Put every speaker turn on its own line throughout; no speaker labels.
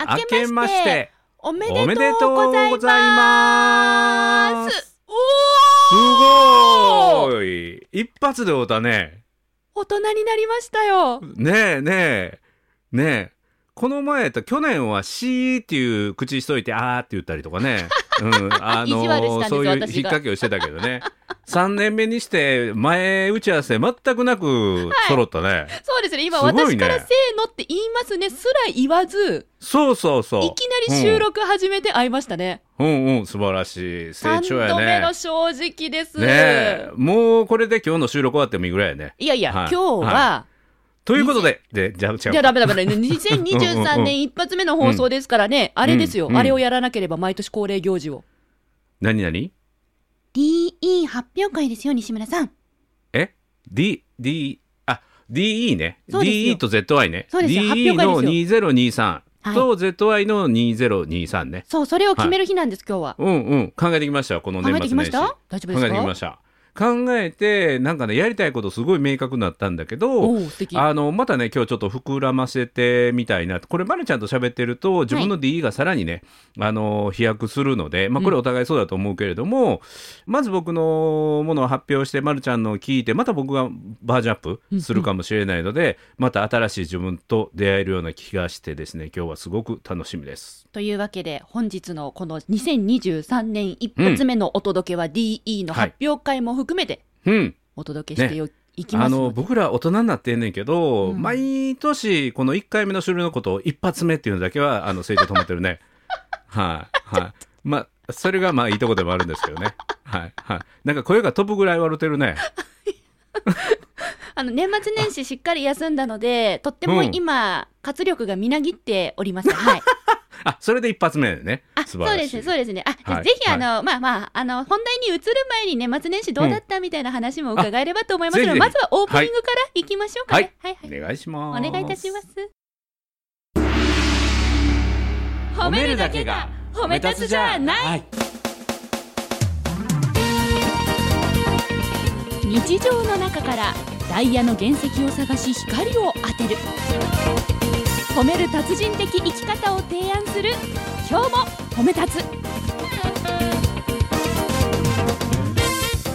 明けましてて
おめ
おめ
で
で
と
と
う
う
ござい
ござい
ま
ますすす
おー
ごい一発で会うたね
大人になりましたよ
ねえねえねえこの前やった去年は「し」っていう口しといて「あ」って言ったりとかね、 うん、あ
意地悪したんです
そういう引っ
私が
掛けをしてたけどね3年目にして前打ち合わせ全くなく揃ったね、
そうですね今
すごいね
私からせーのって言いますねすら言わず
そうそうそう
いきなり収録始めて会いましたね、
うんうん素晴らしい
三
成長
度目
や
の
ね
正直です、
ねえもうこれで今日の収録終わってもいいぐらいやね
いやいや、
はい
今日は、
ということででじゃあ違
いや、
う
ダメダメだね。2023年一発目の放送ですからね、あれですよ、
うん
あれをやらなければ毎年恒例行事を。
何何
DE 発表会ですよ、西村さん。
え ?D、D、あ、DE ね。
そうですよ
DE と ZY ね。
そうですよ
DE
発
の
表会
2023
はい
と ZY の2023ね。
そう、それを決める日なんです、今日は。
うんうん。考えてきましたよ、この
考え
年末
てきまし
年始。
た大丈夫です
考えてき
か
ました。考えて、なんかね、やりたいことすごい明確になったんだけ
お
ど、
お、素敵。
あの、またね、今日ちょっと膨らませてみたいな。これ、まるちゃんと喋ってると、自分の DE がさらにね、あの、飛躍するので、まあ、これお互いそうだと思うけれども、まず僕のものを発表して、まるちゃんのを聞いて、また僕がバージョンアップするかもしれないので、また新しい自分と出会えるような気がしてですね、今日はすごく楽しみです。
というわけで、本日のこの2023年一発目のお届けは DE の発表会も含めて
うん。
お届けしてよいきま
あ
す
の
ので。
僕ら大人になってんねんけど、
うん
毎年この1回目の収録のことを一発目っていうのだけはあの成長止まってる ねはいはい、まあそれがまあいいとこでもあるんですけどねはいはいなんか声が飛ぶぐらい笑ってるね
あの、年末年始しっかり休んだので、とっても
うん
今、活力がみなぎっており ます。はい。
あそれで一発目ね
あ、そ
素
う
晴ら
で
し
す
い
ね、そうですね。あ、
はい
ぜひ、あ
はい
の、まあまあ、あの、本題に移る前に年末年始どうだったみたいな話も伺えればと思いますので、
うんぜ
ま
ひ
ずはオープニングから行きましょうかね。はい、はい、
お願いしま
お
す
願いいたします。い
い
日常の中からダイヤの原石を探し光を当てる褒める達人的生き方を提案する今日も褒め立つ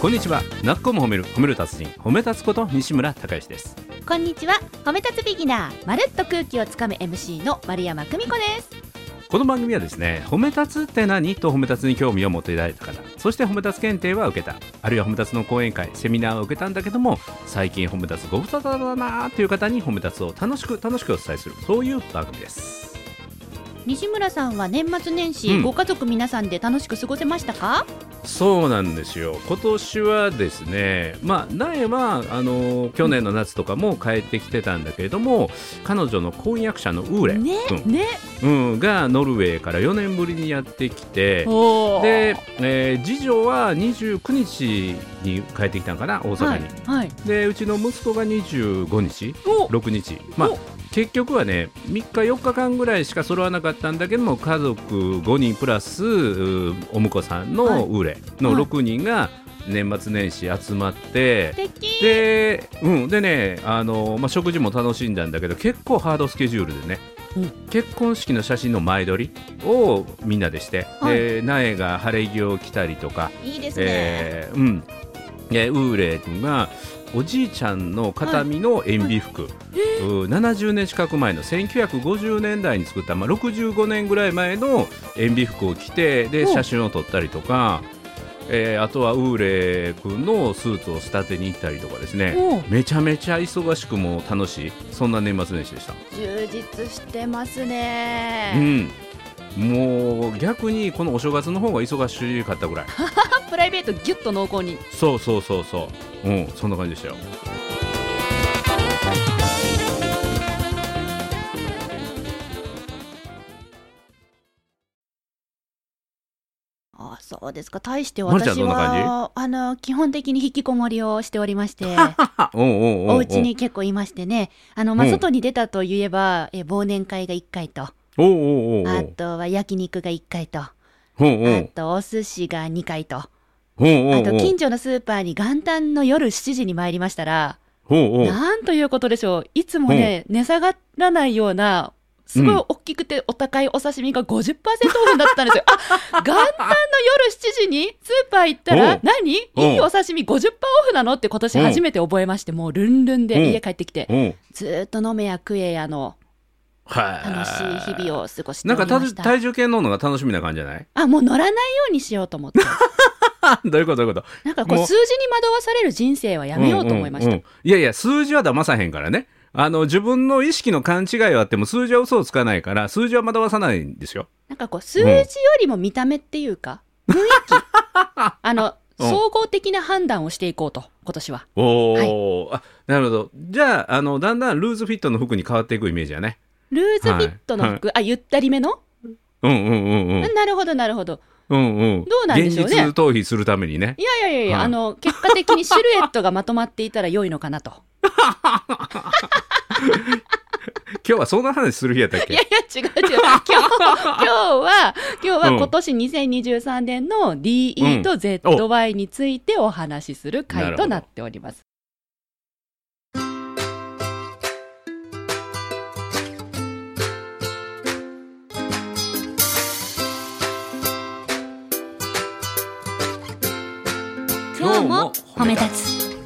こんにちはなっこも褒める褒める達人褒め立つこと西村孝之です
こんにちは褒め立つビギナーまるっと空気をつかむ MC の丸山久美子です
この番組はですね褒め立つって何と褒め立つに興味を持っていただいた方そして褒め立つ検定は受けたあるいは褒め立つの講演会セミナーを受けたんだけども最近褒め立つご無沙汰だなーっていう方に褒め立つを楽しく楽しくお伝えするそういう番組です
西村さんは年末年始、
うん
ご家族皆さんで楽しく過ごせましたか
そうなんですよ今年はですねまあ苗はあの去年の夏とかも帰ってきてたんだけれども彼女の婚約者のウーレ、
ね
うん
ね
うん、がノルウェーから4年ぶりにやってきて
おー
で、えー次女は29日に帰ってきたんかな大
は
阪
い
に、
はい
でうちの息子が25日
お
6日まあ
お
結局はね3日4日間ぐらいしか揃わなかったんだけども家族5人プラスうーお婿さん
はい
のウーレの
はい
6人が年末年始集まって、
素敵
で、うん、でね、あのまあ、食事も楽しんだんだけど、結構ハードスケジュールでね。
うん
結婚式の写真の前撮りをみんなでして、
はい
で苗が晴れ着を着たりとか、
いいですね、
えーうん、でウーレイ君がおじいちゃんの形見の塩ビ服、うー70年近く前の1950年代に作った、まあ、65年ぐらい前の塩ビ服を着てで
お
写真を撮ったりとか、えーあとはウーレイ君のスーツを仕立てに行ったりとかですね
お
めちゃめちゃ忙しくも楽しいそんな年末年始でした。
充実してます
う
ね、
んもう逆にこのお正月の方が忙しかったぐらい
プライベートギュッと濃厚に
そうそうそうそううんそんな感じでしたよ
あそうですか対して
まるちゃん
私
どんな
は
感
あの基本的に引きこもりをしておりまして
あおうおうおうお
お
う
家に結構いましてねあの、まあ、
うん
外に出たといえば、え忘年会が1回とあ
おうおうおうおう
とは焼肉が1回とあ
おうおう
とお寿司が2回とあ
おうおうおう
と近所のスーパーに元旦の夜7時に参りましたら
おうおう
なんということでしょういつもね値下がらないようなすごい大きくてお高いお刺身が50%オフだったんですよ。あ元旦の夜7時にスーパー行った
おう
ら何い
おう
いお刺身50%オフなのって今年初めて覚えましてもうルンルンで家帰ってきて
うん
ずーっと飲めや食えやの楽しい日
を
々を過ごして
な
お
んか
り
た
ました。
体重計乗るのが楽しみな感じじゃない
あもう乗らないようにしようと思って。
どういうことどういうこと
なんかこ
も
う
う
数字に惑わされる人生はやめようと思いました。
うんうんうんいやいや数字は騙さへんからねあの自分の意識の勘違いはあっても数字は嘘をつかないから数字は惑わさないんですよ
なんかこう数字よりも見た目っていうか、雰囲 気あの
うん
総合的な判断をしていこうと今年は。
おお、あなるほどじゃああのだんだんルーズフィットの服に変わっていくイメージやね
ルーズフィットの服、あゆったりめの、
うんうんうんうん
なるほどなるほど。
うんうん
どうなんでしょうね
現実逃避するためにね
いやいやいやいや、
はい
あの結果的にシルエットがまとまっていたら良いのかなと。
今日はそんな話する日やったっ
いや
け
いや違う 違う。今日今日は今日は今年2023年の DE と ZY についてお話しする
なる
回
ほど
となっております。
今日も褒め
立つ。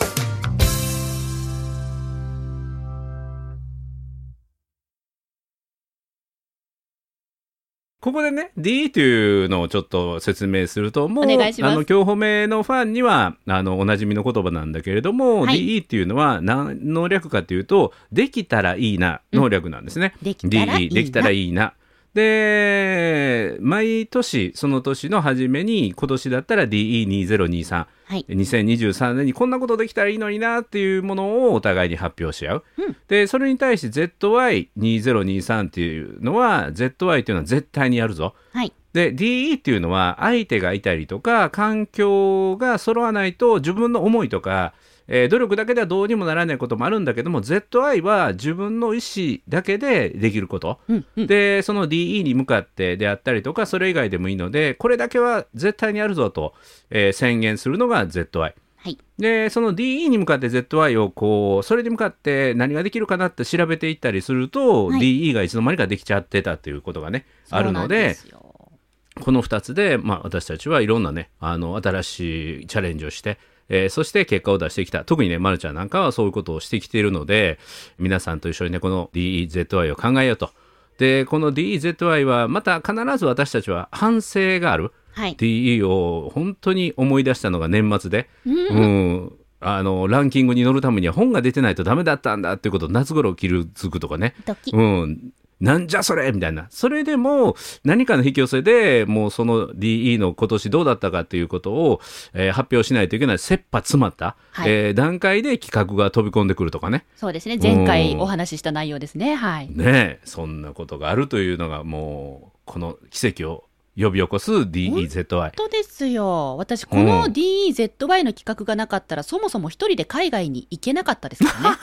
ここでね D というのをちょっと説明するともう
お願いします
あの今日褒めのファンにはあのおなじみの言葉なんだけれども、
はい
DE っていうのは何の略かというとできたらいいな能略なんですね、
できたらいい
DE できたら
いい。
いいな。で毎年その年の初めに今年だったら DE2023
はい。
2023年にこんなことできたらいいのになっていうものをお互いに発表し合う、
うん
でそれに対して ZY2023 っていうのは ZY っていうのは絶対にやるぞ
はい。
で DE っていうのは相手がいたりとか環境が揃わないと自分の思いとか、えー努力だけではどうにもならないこともあるんだけども ZI は自分の意思だけでできること、
うんうん。
でその DE に向かってであったりとかそれ以外でもいいのでこれだけは絶対にやるぞと、えー宣言するのが ZI。
はい。
でその DE に向かって ZY をこうそれに向かって何ができるかなって調べていったりすると、
はい
DE がいつの間にかできちゃってたっていうことがねあるの
そうなん
です
よ
この2つで、まあ、私たちはいろんなねあの新しいチャレンジをして、えーそして結果を出してきた特にね、ま、るちゃんなんかはそういうことをしてきているので皆さんと一緒にねこの DEZY を考えようと。でこの DEZY はまた必ず私たちは反省がある
はい。
DE を本当に思い出したのが年末で、
うん
うん、あのランキングに乗るためには本が出てないとダメだったんだっていうことを夏頃気づくとかね、
ドキ。
うん、なんじゃそれみたいなそれでも何かの引き寄せでもうその DE の今年どうだったかということを、えー発表しないといけない切羽詰まった、
はい
えー段階で企画が飛び込んでくるとかね
そうですね。前回
うん
お話しした内容ですね。はい。
ねえそんなことがあるというのがもうこの奇跡を呼び起こす DEZY。
本当ですよ。私、この
うん
DEZY の企画がなかったら、そもそも一人で海外に行けなかったです からね。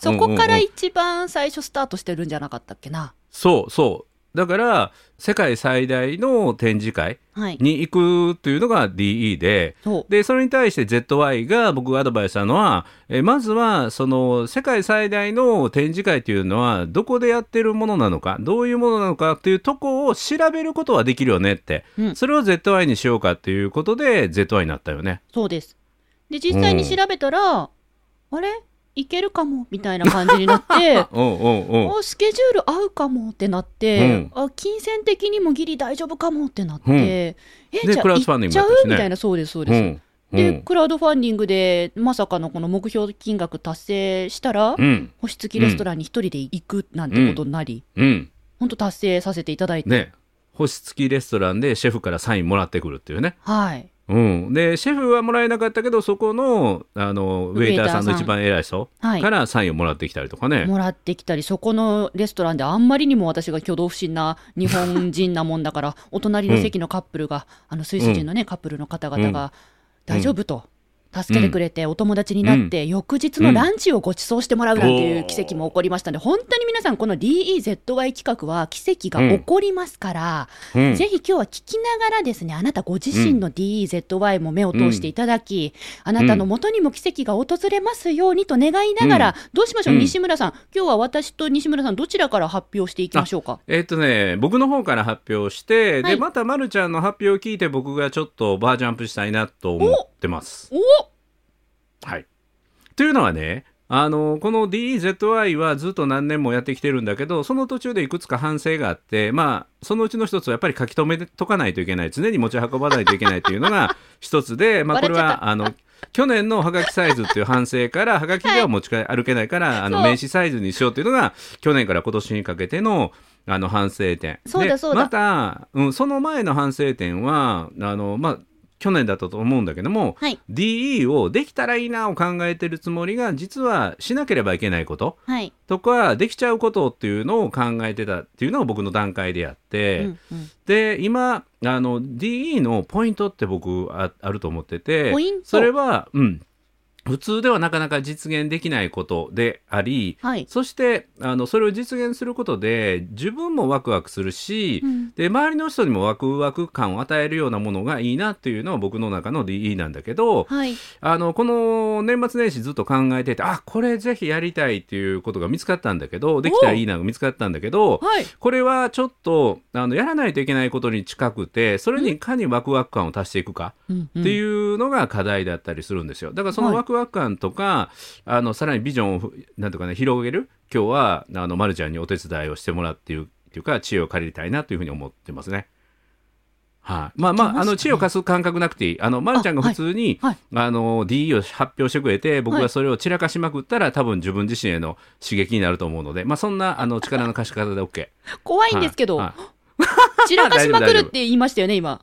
そこから一番最初スタートしてるんじゃなかったっけな。
そうそうだから世界最大の展示会
はい。
に行くというのが DE で、
そう。
でそれに対して ZY が僕がアドバイスしたのは、えーまずはその世界最大の展示会というのはどこでやってるものなのかどういうものなのかっていうとこを調べることはできるよねって、
うん
それを ZY にしようかっていうことで ZY になったよね。
そうです。で、実際に調べたら、あれ行けるかもみたいな感じになって、
おうお うおう
あスケジュール合うかもってなって、あ金銭的にもギリ大丈夫かもってなって、
うん
えじゃあ
クラウドファンデ
行
ィ
っちゃう
ングもやったしね
みたいなそうですそう
う
です、
んう
で
ん
クラウドファンディングでまさかのこの目標金額達成したら、
うん
星付きレストランに一人で行くなんてことになり、
うん
ほんと達成させていただいて、
ね星付きレストランでシェフからサインもらってくるっていうね。
はい
うん、でシェフはもらえなかったけどそこのあのウェイターさんの一番偉い人
はい
からサインをもらってきたりとかね。
もらってきたりそこのレストランであんまりにも私が挙動不審な日本人なもんだ からお隣の席のカップルが、あのスイス人のね、カップルの方々が、大丈夫と、助けてくれてお友達になって、翌日のランチをご馳走してもらうなんていう奇跡も起こりましたので、本当に皆さんこの DEZY 企画は奇跡が起こりますから、
うん
ぜひ今日は聞きながらですね、あなたご自身の DEZY も目を通していただき、あなたの元にも奇跡が訪れますようにと願いながら、どうしましょう、
うん
西村さん、今日は私と西村さん、どちらから発表していきましょうか。
えっとね、僕の方から発表して、
はい
でまたまるちゃんの発表を聞いて僕がちょっとバージョンアップしたいなと思ってます。
お
はい、というのはねあのこの DEZY はずっと何年もやってきてるんだけどその途中でいくつか反省があって、まあ、そのうちの一つはやっぱり書き留めとかないといけない常に持ち運ばないといけないというのが一 つで、まあ、これ
笑っちゃっ
はあの去年のハガキサイズっていう反省からハガキでは持ち帰歩けないから、あの
そう
名刺サイズにしようっていうのが去年から今年にかけてのあの反省点
そうだ
で
そうだ
また、うん、その前の反省点はあの、まあ、去年だったと思うんだけども、
はい
DE をできたらいいなを考えてるつもりが実はしなければいけないこと
はい、
とかできちゃうことっていうのを考えてたっていうのが僕の段階であって、
うんうん
で今あの DE のポイントって僕ああると思ってて
ポイント
それは、うん、普通ではなかなか実現できないことであり
はい、
そしてあのそれを実現することで自分もワクワクするし、
うん
で周りの人にもワクワク感を与えるようなものがいいなっていうのは僕の中の DE なんだけど、
はい、
あのこの年末年始ずっと考えててあこれぜひやりたいっていうことが見つかったんだけどできたらいいなが見つかったんだけど
はい、
これはちょっとあのやらないといけないことに近くてそれにいかにワクワク感を足していくか
っ
っていうのが課題だったりするんですよ。だからそのワクワク感とか、あのさらにビジョンをふなんとかね広げる今日はあのまるちゃんにお手伝いをしてもらっているっていうか知恵を借りたいなというふうに思ってますね。はい、まあま
できました
あ
ね
あの知恵を貸す感覚なくていい。あのまるちゃんが普通に
あ
あ、
はい
の DE を発表してくれて僕
は
が
い
それを散らかしまくったら、多分自分自身への刺激になると思うので、まあそんなあの力の貸し方で OK。
怖いんですけど、
はいはい
散らかしまくるって言いましたよね、今。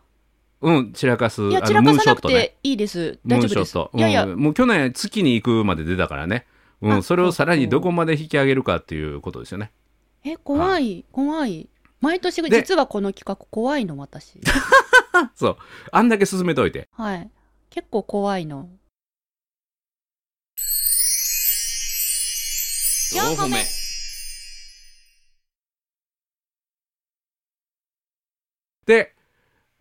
うん散らかす
いや、
あ
散
の
ら
ム
か
ーン
さ
ショ
な
ッ
く
トね。
ていいです。
ム
大丈
ーン
夫
ショ
で
ッ
す
ト。。
いやいや、
うんもう去年月に行くまで出たからね。う
あ
ん、それをさら
そう
に
そう
どこまで引き上げるかっていうことですよね。
え、怖い、怖い。毎年、
で
実はこの企画怖いの、私。
そう。あんだけ進めといて。
はい。結構怖いの。4個目
で、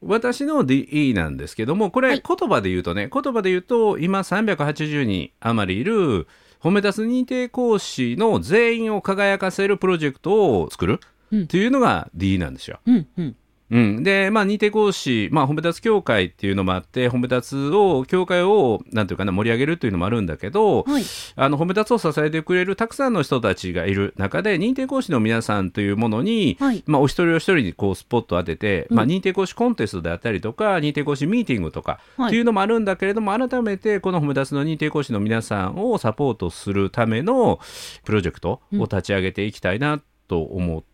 私の DE なんですけども、これ
はい
言葉で言うとね、言葉で言うと、今380人余りいる、褒め立つ認定講師の全員を輝かせるプロジェクトを作る
うん
っていうのが DE なんですよ。
うん、うん。
うん、で、まあ、認定講師、まあ、褒め立つ協会っていうのもあって褒め立つを協会をなんていうかな盛り上げるっていうのもあるんだけど、
はい。
あの褒め立つを支えてくれるたくさんの人たちがいる中で認定講師の皆さんというものに、
はい
まあ、お一人お一人にこうスポットを当てて、まあ、
うん
認定講師コンテストであったりとか認定講師ミーティングとか
はい
っていうのもあるんだけれども、改めてこの褒め立つの認定講師の皆さんをサポートするためのプロジェクトを立ち上げていきたいなと思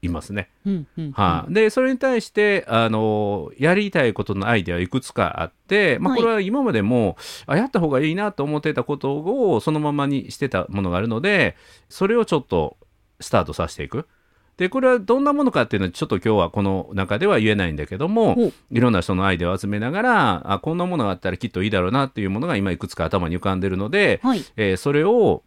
いますね。
うん、うん。
はい、でそれに対してあのやりたいことのアイデアはいくつかあって、まあ、
はい
これは今までも、あやった方がいいなと思ってたことをそのままにしてたものがあるのでそれをちょっとスタートさせていく。でこれはどんなものかっていうのはちょっと今日はこの中では言えないんだけども
ほう
いろんな人のアイデアを集めながらあこんなものがあったらきっといいだろうなっていうものが今いくつか頭に浮かんでるので、
はい。
えーそれを、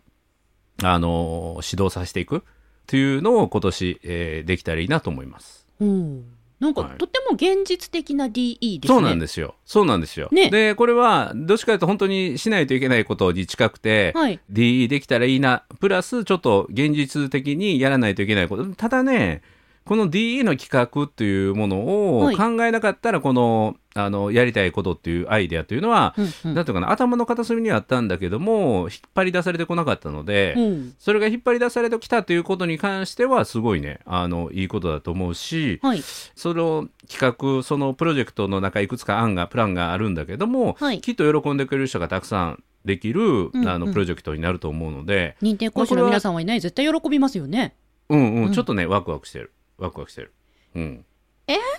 あのー指導させていくっていうのを今年、えーできたらいいなと思います。
うん。なんか、
はい
とても現実的な DE ですね。
そうなんですよ。そうなんですよ。
ね
で、これは、どっちかというと本当にしないといけないことに近くて、
はい。
DE できたらいいな、プラスちょっと現実的にやらないといけないこと。ただね、この DE の企画っていうものを
はい
考えなかったら、この、あの、やりたいことっていうアイデアというのは、
うん、
なんていうかな、頭の片隅にはあったんだけども、引っ張り出されてこなかったので、
うん。うん。
それが引っ張り出されてきたということに関してはすごいねあのいいことだと思うし
はい。
その企画そのプロジェクトの中いくつか案がプランがあるんだけども、
はい
きっと喜んでくれる人がたくさんでき
う
る、
ん
あのプロジェクトになると思うので、
認定講師の皆さんはいない、絶対喜びますよね。
うんうん
うん
ちょっとねワクワクしてるワクワクしてる。うん、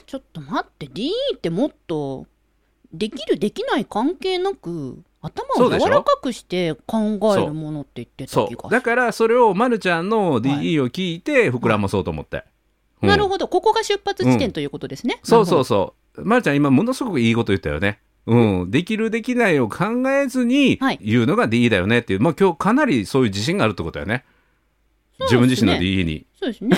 ちょっと待って DE ってもっとできるできない関係なく頭
そ
を
うでし
柔
ょ
らかくして考えるものって言ってた
そ
気が
うだからそれをまるちゃんの
は
DE を聞いて膨らまそうと思って。うん
なるほどここが出発地点ということですね、
そうそう
そ
そう。まるちゃん今ものすごくいいこと言ったよね。うん、できるできないを考えずに
はい
言うのが DE だよねっていう、まあ今日かなりそういう自信があるってことやね自分自身の DE に。
そう ですね。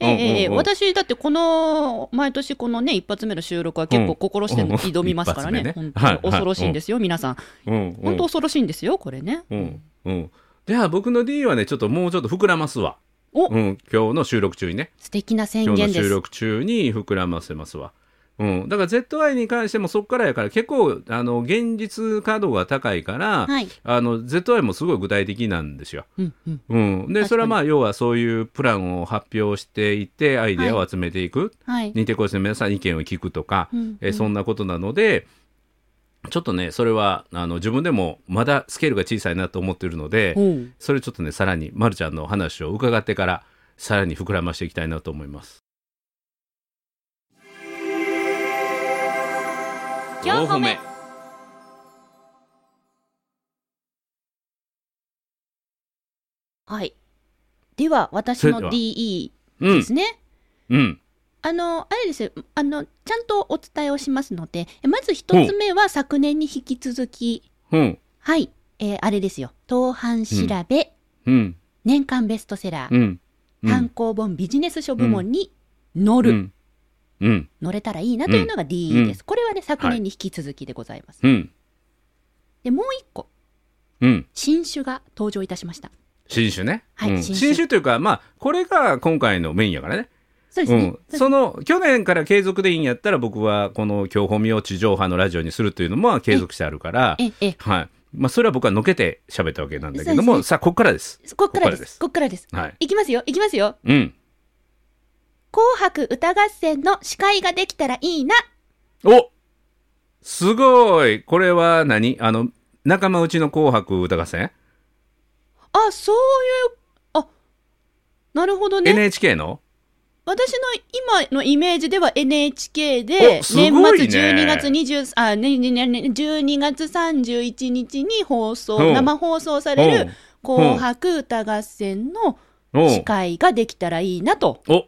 ええええええ
うんうんうん
私だってこの毎年このね一発目の収録は結構心して挑みますからね,、
うんうん
本
一
当
発目ね
恐ろしいんですよ、皆さん
うん
本当恐ろしいんですよこれね、
うんうん、では僕の D はねちょっともうちょっと膨らますわ、
お、
うん、今日の収録中にね
素敵な宣
今日
言
の
で
収
す
録中に膨らませますわ。うん、だから ZI に関してもそこからやから結構あの現実稼働が高いから、
はい、
あの ZI もすごい具体的なんですよ。
うんうん、
うん、
確か
で
に
それはまあ要はそういうプランを発表していってアイデアを集めていく、
はい、
認定講師の皆さんに意見を聞くとか、
うん
えーそんなことなのでちょっとねそれはあの自分でもまだスケールが小さいなと思ってるので、
おう
それちょっとねさらにまるちゃんの話を伺ってからさらに膨らましていきたいなと思います。
4歩目はいでは私
それで
の
は
DE
う
で
ん
すね
うん
あのあれですよあのちゃんとお伝えをしますのでえまず一つ目は昨年に引き続き
うん
はい、えーあれですよ。当版調べ、
うん
年間ベストセラー、
うんうん
単行本ビジネス書部門に乗る、
うんうん
乗れたらいいなというのが DE です。これはね、昨年に引き続きでございます。
うん
で、もう一個、
うん
新種が登場いたしました。
新種ね、
はい
うん
新種
新種というかまあこれが今回のメインやからね
そうです
う
ね
ん。、その去年から継続でいいんやったら僕はこの「今日本名を地上波のラジオにする」というのも継続してあるから、
え、え、
はいまあ、それは僕はのけて喋ったわけなんだけども、
そうですね
さあここからです。
こっからで。
こっからですす
こっからです。
はい
いきますよ、いきますよ。
うん、
紅白歌合戦の司会ができたらいいな。
おすごいこれは何あの仲間内の「紅白歌合戦
あ、そういう、あ、なるほど」ね。
NHK の
私の今のイメージでは NHK で
おすご
年末
いね
12月20あねねねね12月31日に放送
うん
生放送される「
ん
紅白歌合戦」の
お
司会ができたらいいなと。
お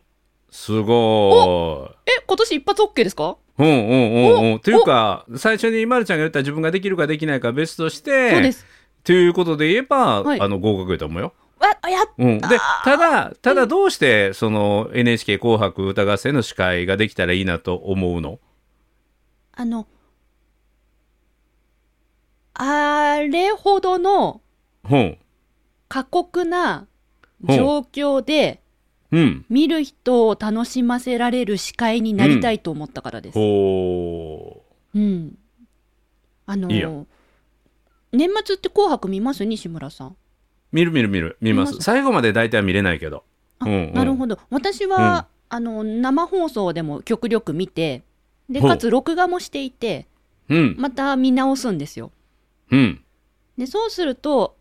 すごい
え今年一発 OK ですか、
うんうんうんうん。というか最初にまるちゃんが言った自分ができるかできないか別として
そうです。
ということで言えば、
はい
あの合格やと思うよ。
わあやっ
うん、でただただどうしてその NHK 紅白歌合戦の司会ができたらいいなと思うの
あのあれほどの
うん
過酷な状況で
うん
見る人を楽しませられる司会になりたいと思ったからです。
ほ
うん。あのー
いいよ
年末って紅白見ます西村さん。
う見る見る見る見ます
見ます
最後まで大体は見れないけど
あ、
うんうん
なるほど。私は、あの、生放送でも極力見て、で、
ほう
かつ録画もしていて、
うん
また見直すんですよ。
うん
で、そうすると、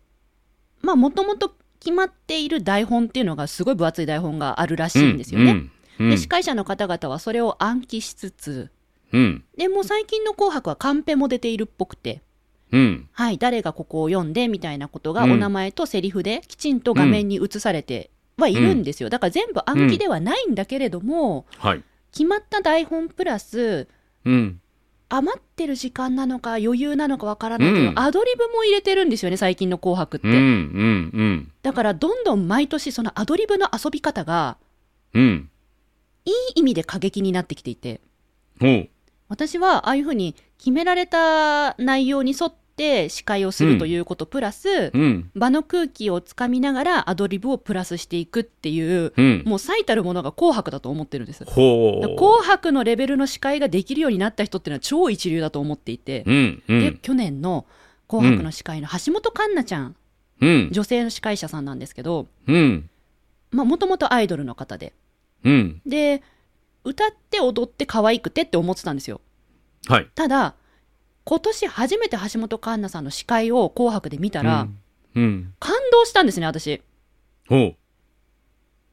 まあ、もともと決まっている台本っていうのがすごい分厚い台本があるらしいんですよね。
うんうん
で、司会者の方々はそれを暗記しつつ、
うん
でもう最近の紅白はカンペも出ているっぽくて、
うん
はい、誰がここを読んでみたいなことが、
うん
お名前とセリフできちんと画面に映されてはいるんですよ、だから全部暗記ではないんだけれども、
はい
決まった台本プラス
うん
余ってる時間なのか余裕なのかわからないけど、
うん
アドリブも入れてるんですよね最近の「紅白」って、
うんうんうん
だからどんどん毎年そのアドリブの遊び方が
うん
いい意味で過激になってきていて
ほう
私はああいうふうに決められた内容に沿って司会をするということプラス、
うん
場の空気をつかみながらアドリブをプラスしていくっていう
うん
もう最たるものが紅白だと思ってるんですだか
ほ
ら
う
紅白のレベルの司会ができるようになった人っていうのは超一流だと思っていて、
うんう
で
ん
去年の「紅白」の司会の橋本環奈ちゃん、
うん
女性の司会者さんなんですけど
うん
もともとアイドルの方で
うん
で歌って踊って可愛くてって思ってたんですよ
はい
ただ今年初めて橋本環奈さんの司会を「紅白」で見たら、
うんうん
感動したんですね私。
ほ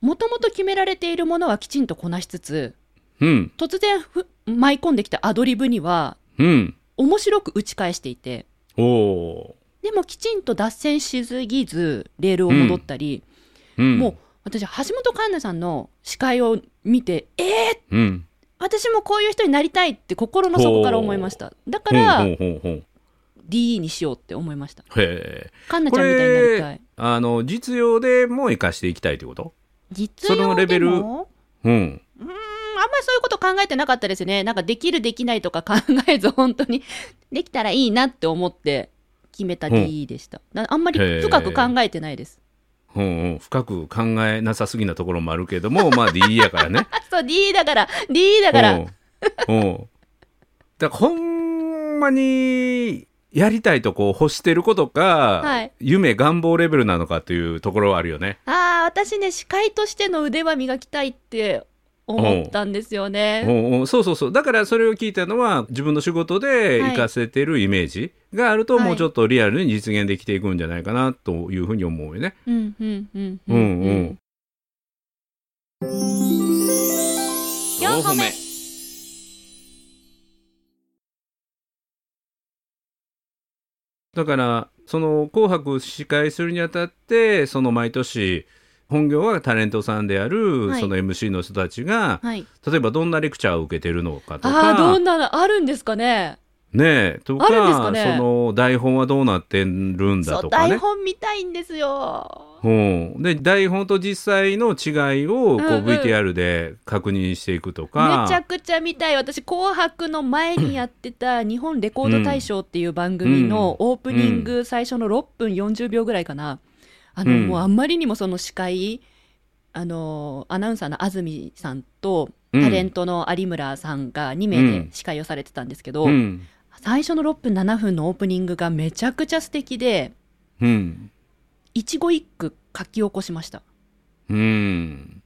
もともと決められているものはきちんとこなしつつ
ううん
突然ふ舞い込んできたアドリブには
うん
面白く打ち返していて
ほ
でもきちんと脱線しすぎずレールを戻ったり、
ううん
もう私橋本環奈さんの司会を見てえー、
うん
私もこういう人になりたいって心の底から思いましただから、
ほうほうほうほう
DE にしようって思いました
へえ
カンナち
こ
ゃんみたいになりた
れ
い
あの実用でも生かしていきたいってこと
実用でも
そのレベル
うんあんま
うん
りそういうこと考えてなかったですねなんかできるできないとか 考えず本当にできたらいいなって思って決めた DE でした、なあんまり深く考えてないです
うんうん、深く考えなさすぎなところもあるけ どもまあ DE やからね
あそう DE だから DE だから
うんうんだからほんまにやりたいとこう欲してることか、
はい
夢願望レベルなのかというところはあるよね
ああ私ね司会としての腕は磨きたいって思ったんですよ
う
ね。
んうんそうそうそうだからそれを聞いたのは自分の仕事で
はい
活かせてるイメージがあると、
はい
もうちょっとリアルに実現できていくんじゃないかなというふうに思うよね。
うんうんうん
うんうん、
4歩目
だからその「紅白」司会するにあたってその毎年本業はタレントさんである、
はい
その MC の人たちが
はい。
例えばどんなレクチャーを受けてるのかと
ああ
か
どんなのあるんですかね。
ねえとか
あるんですかね
その台本はどうなってるんだ
そう
とか
台
ね。
本見たいんですよ。
うん、で台本と実際の違いをこ
うんう
うん VTR で確認していくとか、
めちゃくちゃ見たい私「紅白」の前にやって た「日本レコード大賞」っていう番組のオープニング最初の6分40秒ぐらいかなあの、
うん
もうあんまりにもその司会あのアナウンサーの安住さんと
うん
タレントの有村さんが2名で司会をされてたんですけど、
うん
最初の6分7分のオープニングがめちゃくちゃ素敵で
うん
一期一句書き起こしました
うん、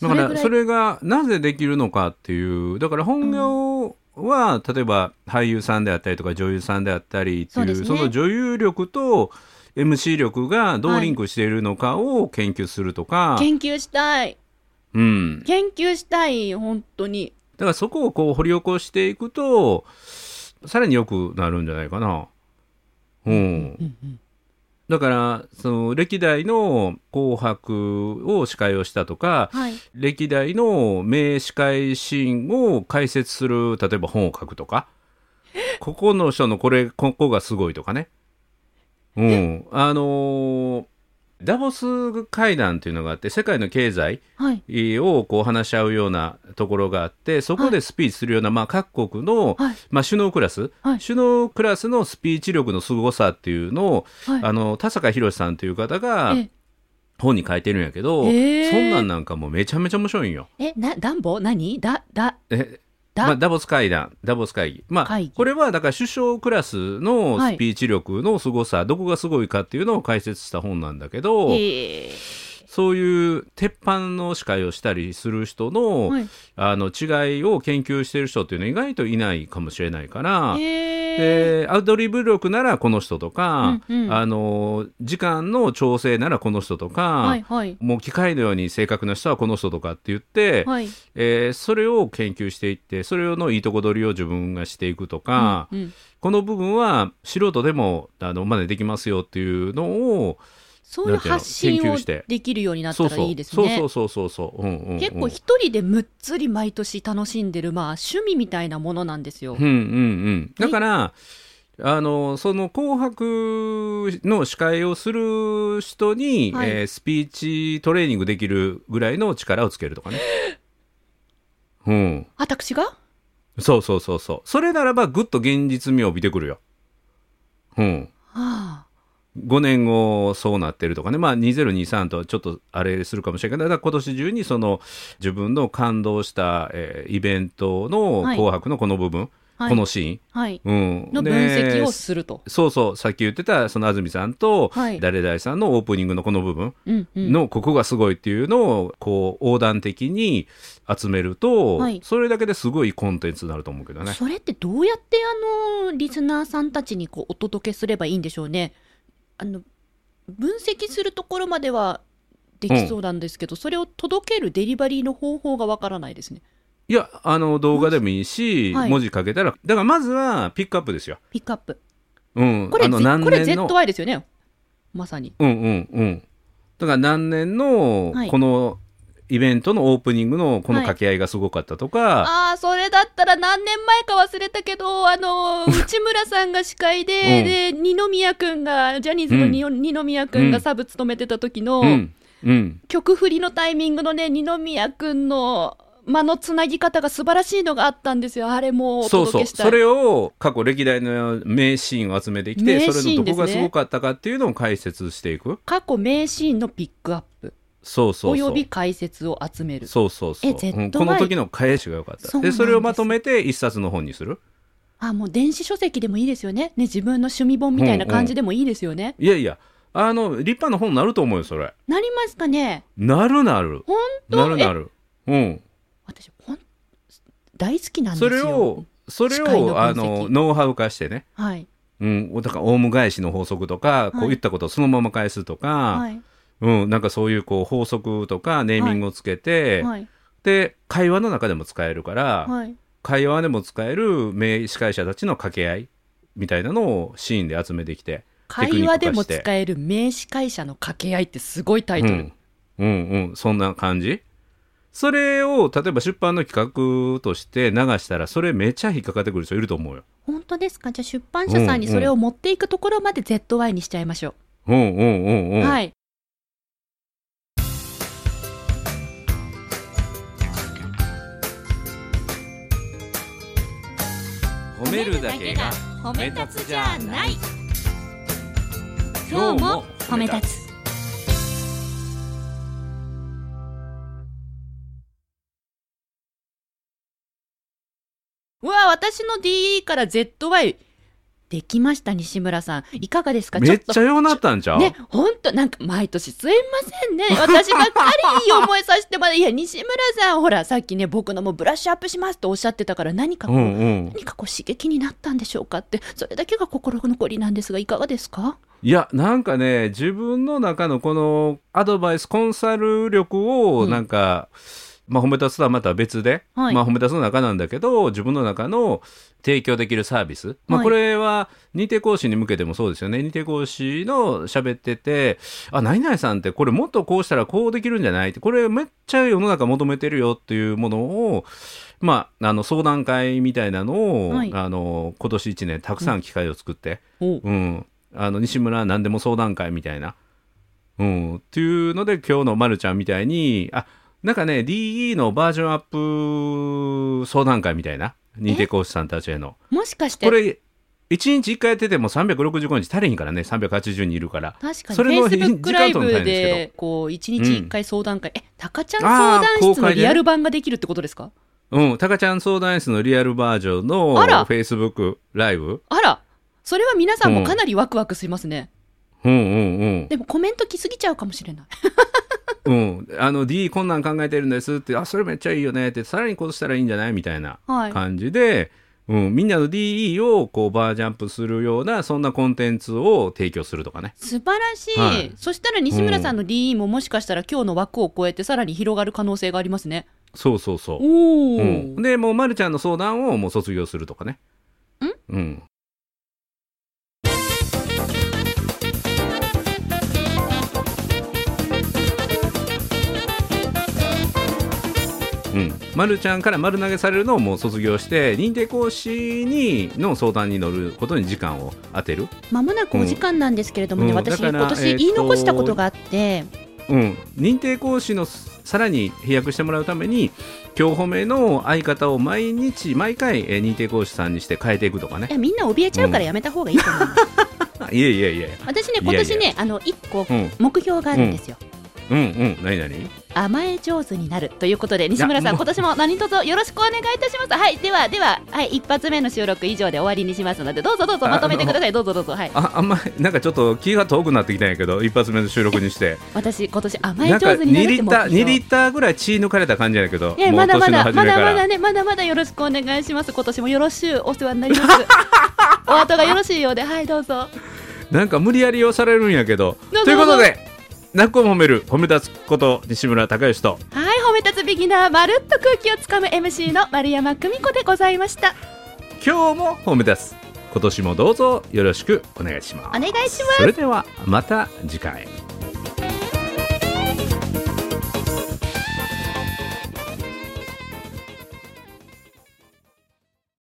だか
それ
ら
ぐらい
それがなぜできるのかっていうだから本業は、例えば俳優さんであったりとか女優さんであったりって
そう
い
で
う
すね
の女優力と MC 力がどうリンクしているのかを研究するとか、
研究したい
うん、だ
研究したい本当に
からそこをこう掘り起こしていくとさらに良くなるんじゃないかな。うん
うんうん
だからその歴代の「紅白」を司会をしたとか
はい
歴代の名司会シーンを解説する例えば本を書くとかここの人のこれここがすごいとかねうんあのーダボス会談というのがあって世界の経済
はい
をこう話し合うようなところがあってそこでスピーチするような、まあ、各国の、
はい
まあ、首脳クラス、
はい
首脳クラスのスピーチ力のすごさっていうのを
はい
あの田坂宏さんという方が
ええ
本に書いてるんやけど、
へえ
そんなんなんかもうめちゃめちゃ面白いんよ。
え、な、暖房何だ、だ、
え
だ、
まあ、ダボス会談ダボス会議,、まあ、
会議
これはだから首相クラスの
はい
スピーチ力のすごさ、どこがすごいかっていうのを解説した本なんだけど、
へえ
そういう鉄板の司会をしたりする人の,、
はい
あの違いを研究してる人っていうのは意外といないかもしれないから。
へえ
でアドリブ力ならこの人とか、
うんうん
あの時間の調整ならこの人とか、
はいはい
もう機械のように正確な人はこの人とかって言って、
はい。
えーそれを研究していってそれのいいとこ取りを自分がしていくとか、
うんうん
この部分は素人でもあの真似できますよっていうのを
そういう
なんていうの
発信
研
を
究して
できるようになった
そう
ら
そう
いいです
そう
ね
そう。そうそうそう、うんうんうん、
結構一人でむっつり毎年楽しんでる、まあ趣味みたいなものなんですよ
うん。うんうん、だからあのその「紅白」の司会をする人に、
はい
えースピーチトレーニングできるぐらいの力をつけると かね。うん、
私が
そうそうそうそうそれならばぐっと現実味を帯びてくるよ。うん、
はあ。
5年後そうなってるとかね、まあ、2023とはちょっとあれするかもしれないけどだから今年中にその自分の感動した、えーイベントの「
はい
紅白」のこの部分、
はい
このシーン、
はい。
うん、
の分
で
析をすると。
そうそうさっき言ってたその安住さんと
はい
誰々さんのオープニングのこの部分
うんうん。
のここがすごいっていうのをこう横断的に集めると、
はい
それだけですごいコンテンツになると思うけどね。
それってどうやってあのリスナーさんたちにこうお届けすればいいんでしょうねあの分析するところまではできそうなんですけど、それを届けるデリバリーの方法がわからないですね
いやあの動画でもいいし、
はい
文字かけたらだからまずはピックアップですよ。
ピックアップ
うん、
これ
あの
Z-
何
これ
年の
ZY ですよねまさに
うんうんうん。だから何年の
はい
このイベントのオープニングのこの掛け合いがすごかったとか、
ああ、それだったら何年前か忘れたけど、あ のー、内村さんが司会で、
うん
で、二宮くんが、ジャニーズのに、二宮くんがサブ務めてた時の、
うんうん、
曲振りのタイミングのね、二宮くんの間のつなぎ方が素晴らしいのがあったんですよ。あれもお
そう
届
そ
け
う
したい。
それを過去歴代の名シーンを集めてきて、
名シーン
それのどこが
です
す
ね
ごかったかっていうのを解説していく
過去名シーンのピックアップ、
そうそうそ
お
う
よび解説を集める。
そうそうそう
え絶
うん
対
この時の返しが良かった
そうなん
で
です
それをまとめて一冊の本にする
あ、もう電子書籍でもいいですよね。ね、自分の趣味本みたいな感じでもいいですよね。
いやいやあの立派な本になると思うよそれ
なりますかね
なるなる
本
な
当
るなるうん
私、ほん、大好きなんです
そ
よ。
れをそれ
視界の分
を
析
あのノウハウ化してね
はい。
うん、だからオウム返しの法則とか、こう言ったことをそのまま返すとか、
はい。
うん、なんかそういうこう法則とかネーミングをつけて、
はい。
で会話の中でも使えるから、
はい。
会話でも使える名司会者たちの掛け合いみたいなのをシーンで集めてきてテク
会
ニッ
話
ク
で
化
も
して
使える名司会者の掛け合いってすごいタイトル。
うん、うんうんそんな感じそれを例えば出版の企画として流したらそれめっちゃ引っかかってくる人いると思うよ。
本当ですかじゃあ出版社さんにそれを持っていくところまで ZY にしちゃいましょ
うんうんうん
う。
うん、
はい。
褒めるだけが
褒
め立つじゃない
今日も褒め立つ
うわ、私の DE から ZY。できました、西村さん。いかがですか
めっちゃ
ょ
ようなったんち
と
ゃう、
ね、ほんと、なんか、毎年すいませんね。私ばっかりいい思いさせてまで、いや、西村さん、ほら、さっきね、僕のもうブラッシュアップしますとおっしゃってたから、何か
う
こう、
んうん、
何かこう刺激になったんでしょうかって、それだけが心残りなんですが、いかがですか
いやなんかね自分の中のこのアドバイスコンサル力を
うん
なんか、まあ、褒め立つとはまた別で、
はい
まあ、褒め立つの中なんだけど自分の中の提供できるサービス、まあ、
はい
これは認定講師に向けてもそうですよね認定講師の喋ってて「あ何々さんってこれもっとこうしたらこうできるんじゃない?」ってこれめっちゃ世の中求めてるよっていうものを、まあ、あの相談会みたいなのを、
はい
あの今年1年たくさん機会を作って。
お
うん、あの西村は何でも相談会みたいな。うん、っていうので今日のまるちゃんみたいにあなんかね DE のバージョンアップ相談会みたいな認定講師さんたちへの
もしかして
こ、れ1日1回やってても365日足りひんからね380人いるから
確かに、
それの
Facebook ライ
時間取るの大
ブ
変で
で、こう、一日一回相談会、え、タカちゃん
あー
相談室
公開
の
でね
リアル版ができるってことですか
うんタカちゃん相談室のリアルバージョンの
あら
Facebook ライブ
あら、それは皆さんもかなりワクワクしますね。
うんうんうん
でもコメント来すぎちゃうかもしれない。
うんあの D こんなん考えてるんですってあそれめっちゃいいよねってさらにこうしたらいいんじゃないみたいな
はい。
感じで、うん、みんなの DE をこうバージョンアップするようなそんなコンテンツを提供するとかね。
素晴らしい,、
はい
そしたら西村さんの DE ももしかしたら今日の枠を超えてさらに広がる可能性がありますね。
そうそうそう。
おお、
うん、でもう、ま、るちゃんの相談をもう卒業するとかね。んうん。うん、まるちゃんから丸投げされるのをもう卒業して認定講師にの相談に乗ることに時間を当てる、
まもなくお時間なんですけれどもね、
うん
私
だ
今
から
年
えーと
言い残したことがあって、
うん、認定講師のさらに飛躍してもらうために今日褒めの相方を毎日毎回えー認定講師さんにして変えていくとか
い
ね
やみんな怯えちゃうからやめた方がいいと思います。
あいやいやいやいや
私ね
いや
今
いや
年ねあの一個
うん
目標があるんですよ。
うんうん何何
甘え上手になるということで西村さん
もう
今年も何卒よろしくお願いいたします。はいではでははい一発目の収録以上で終わりにしますのでどうぞどうぞ
あ
まとめてくださいどうぞどうぞはい。
ああんまなんかちょっと気が遠くなってきたんやけど一発目の収録にして
私今年 甘え
なんか
上手になる
2
っ
リ
て
ッ
目
ター
標
2リッターぐらい血抜かれた感じやけど
いや
もう
まだまだま
年の初め
だ
か
ま
ら
だねまだまだよろしくお願いします今年もよろしゅうお世話になります お後がよろしいようではいどうぞ
なんか無理やり押されるんやけど
どうぞ
ということで泣くを褒める褒め立つこと西村孝之と
はい褒め立つビギナーまるっと空気をつかむ MC の丸山久美子でございました
今日も褒め立つ今年もどうぞよろしくお願いします
お願いします
それではまた次回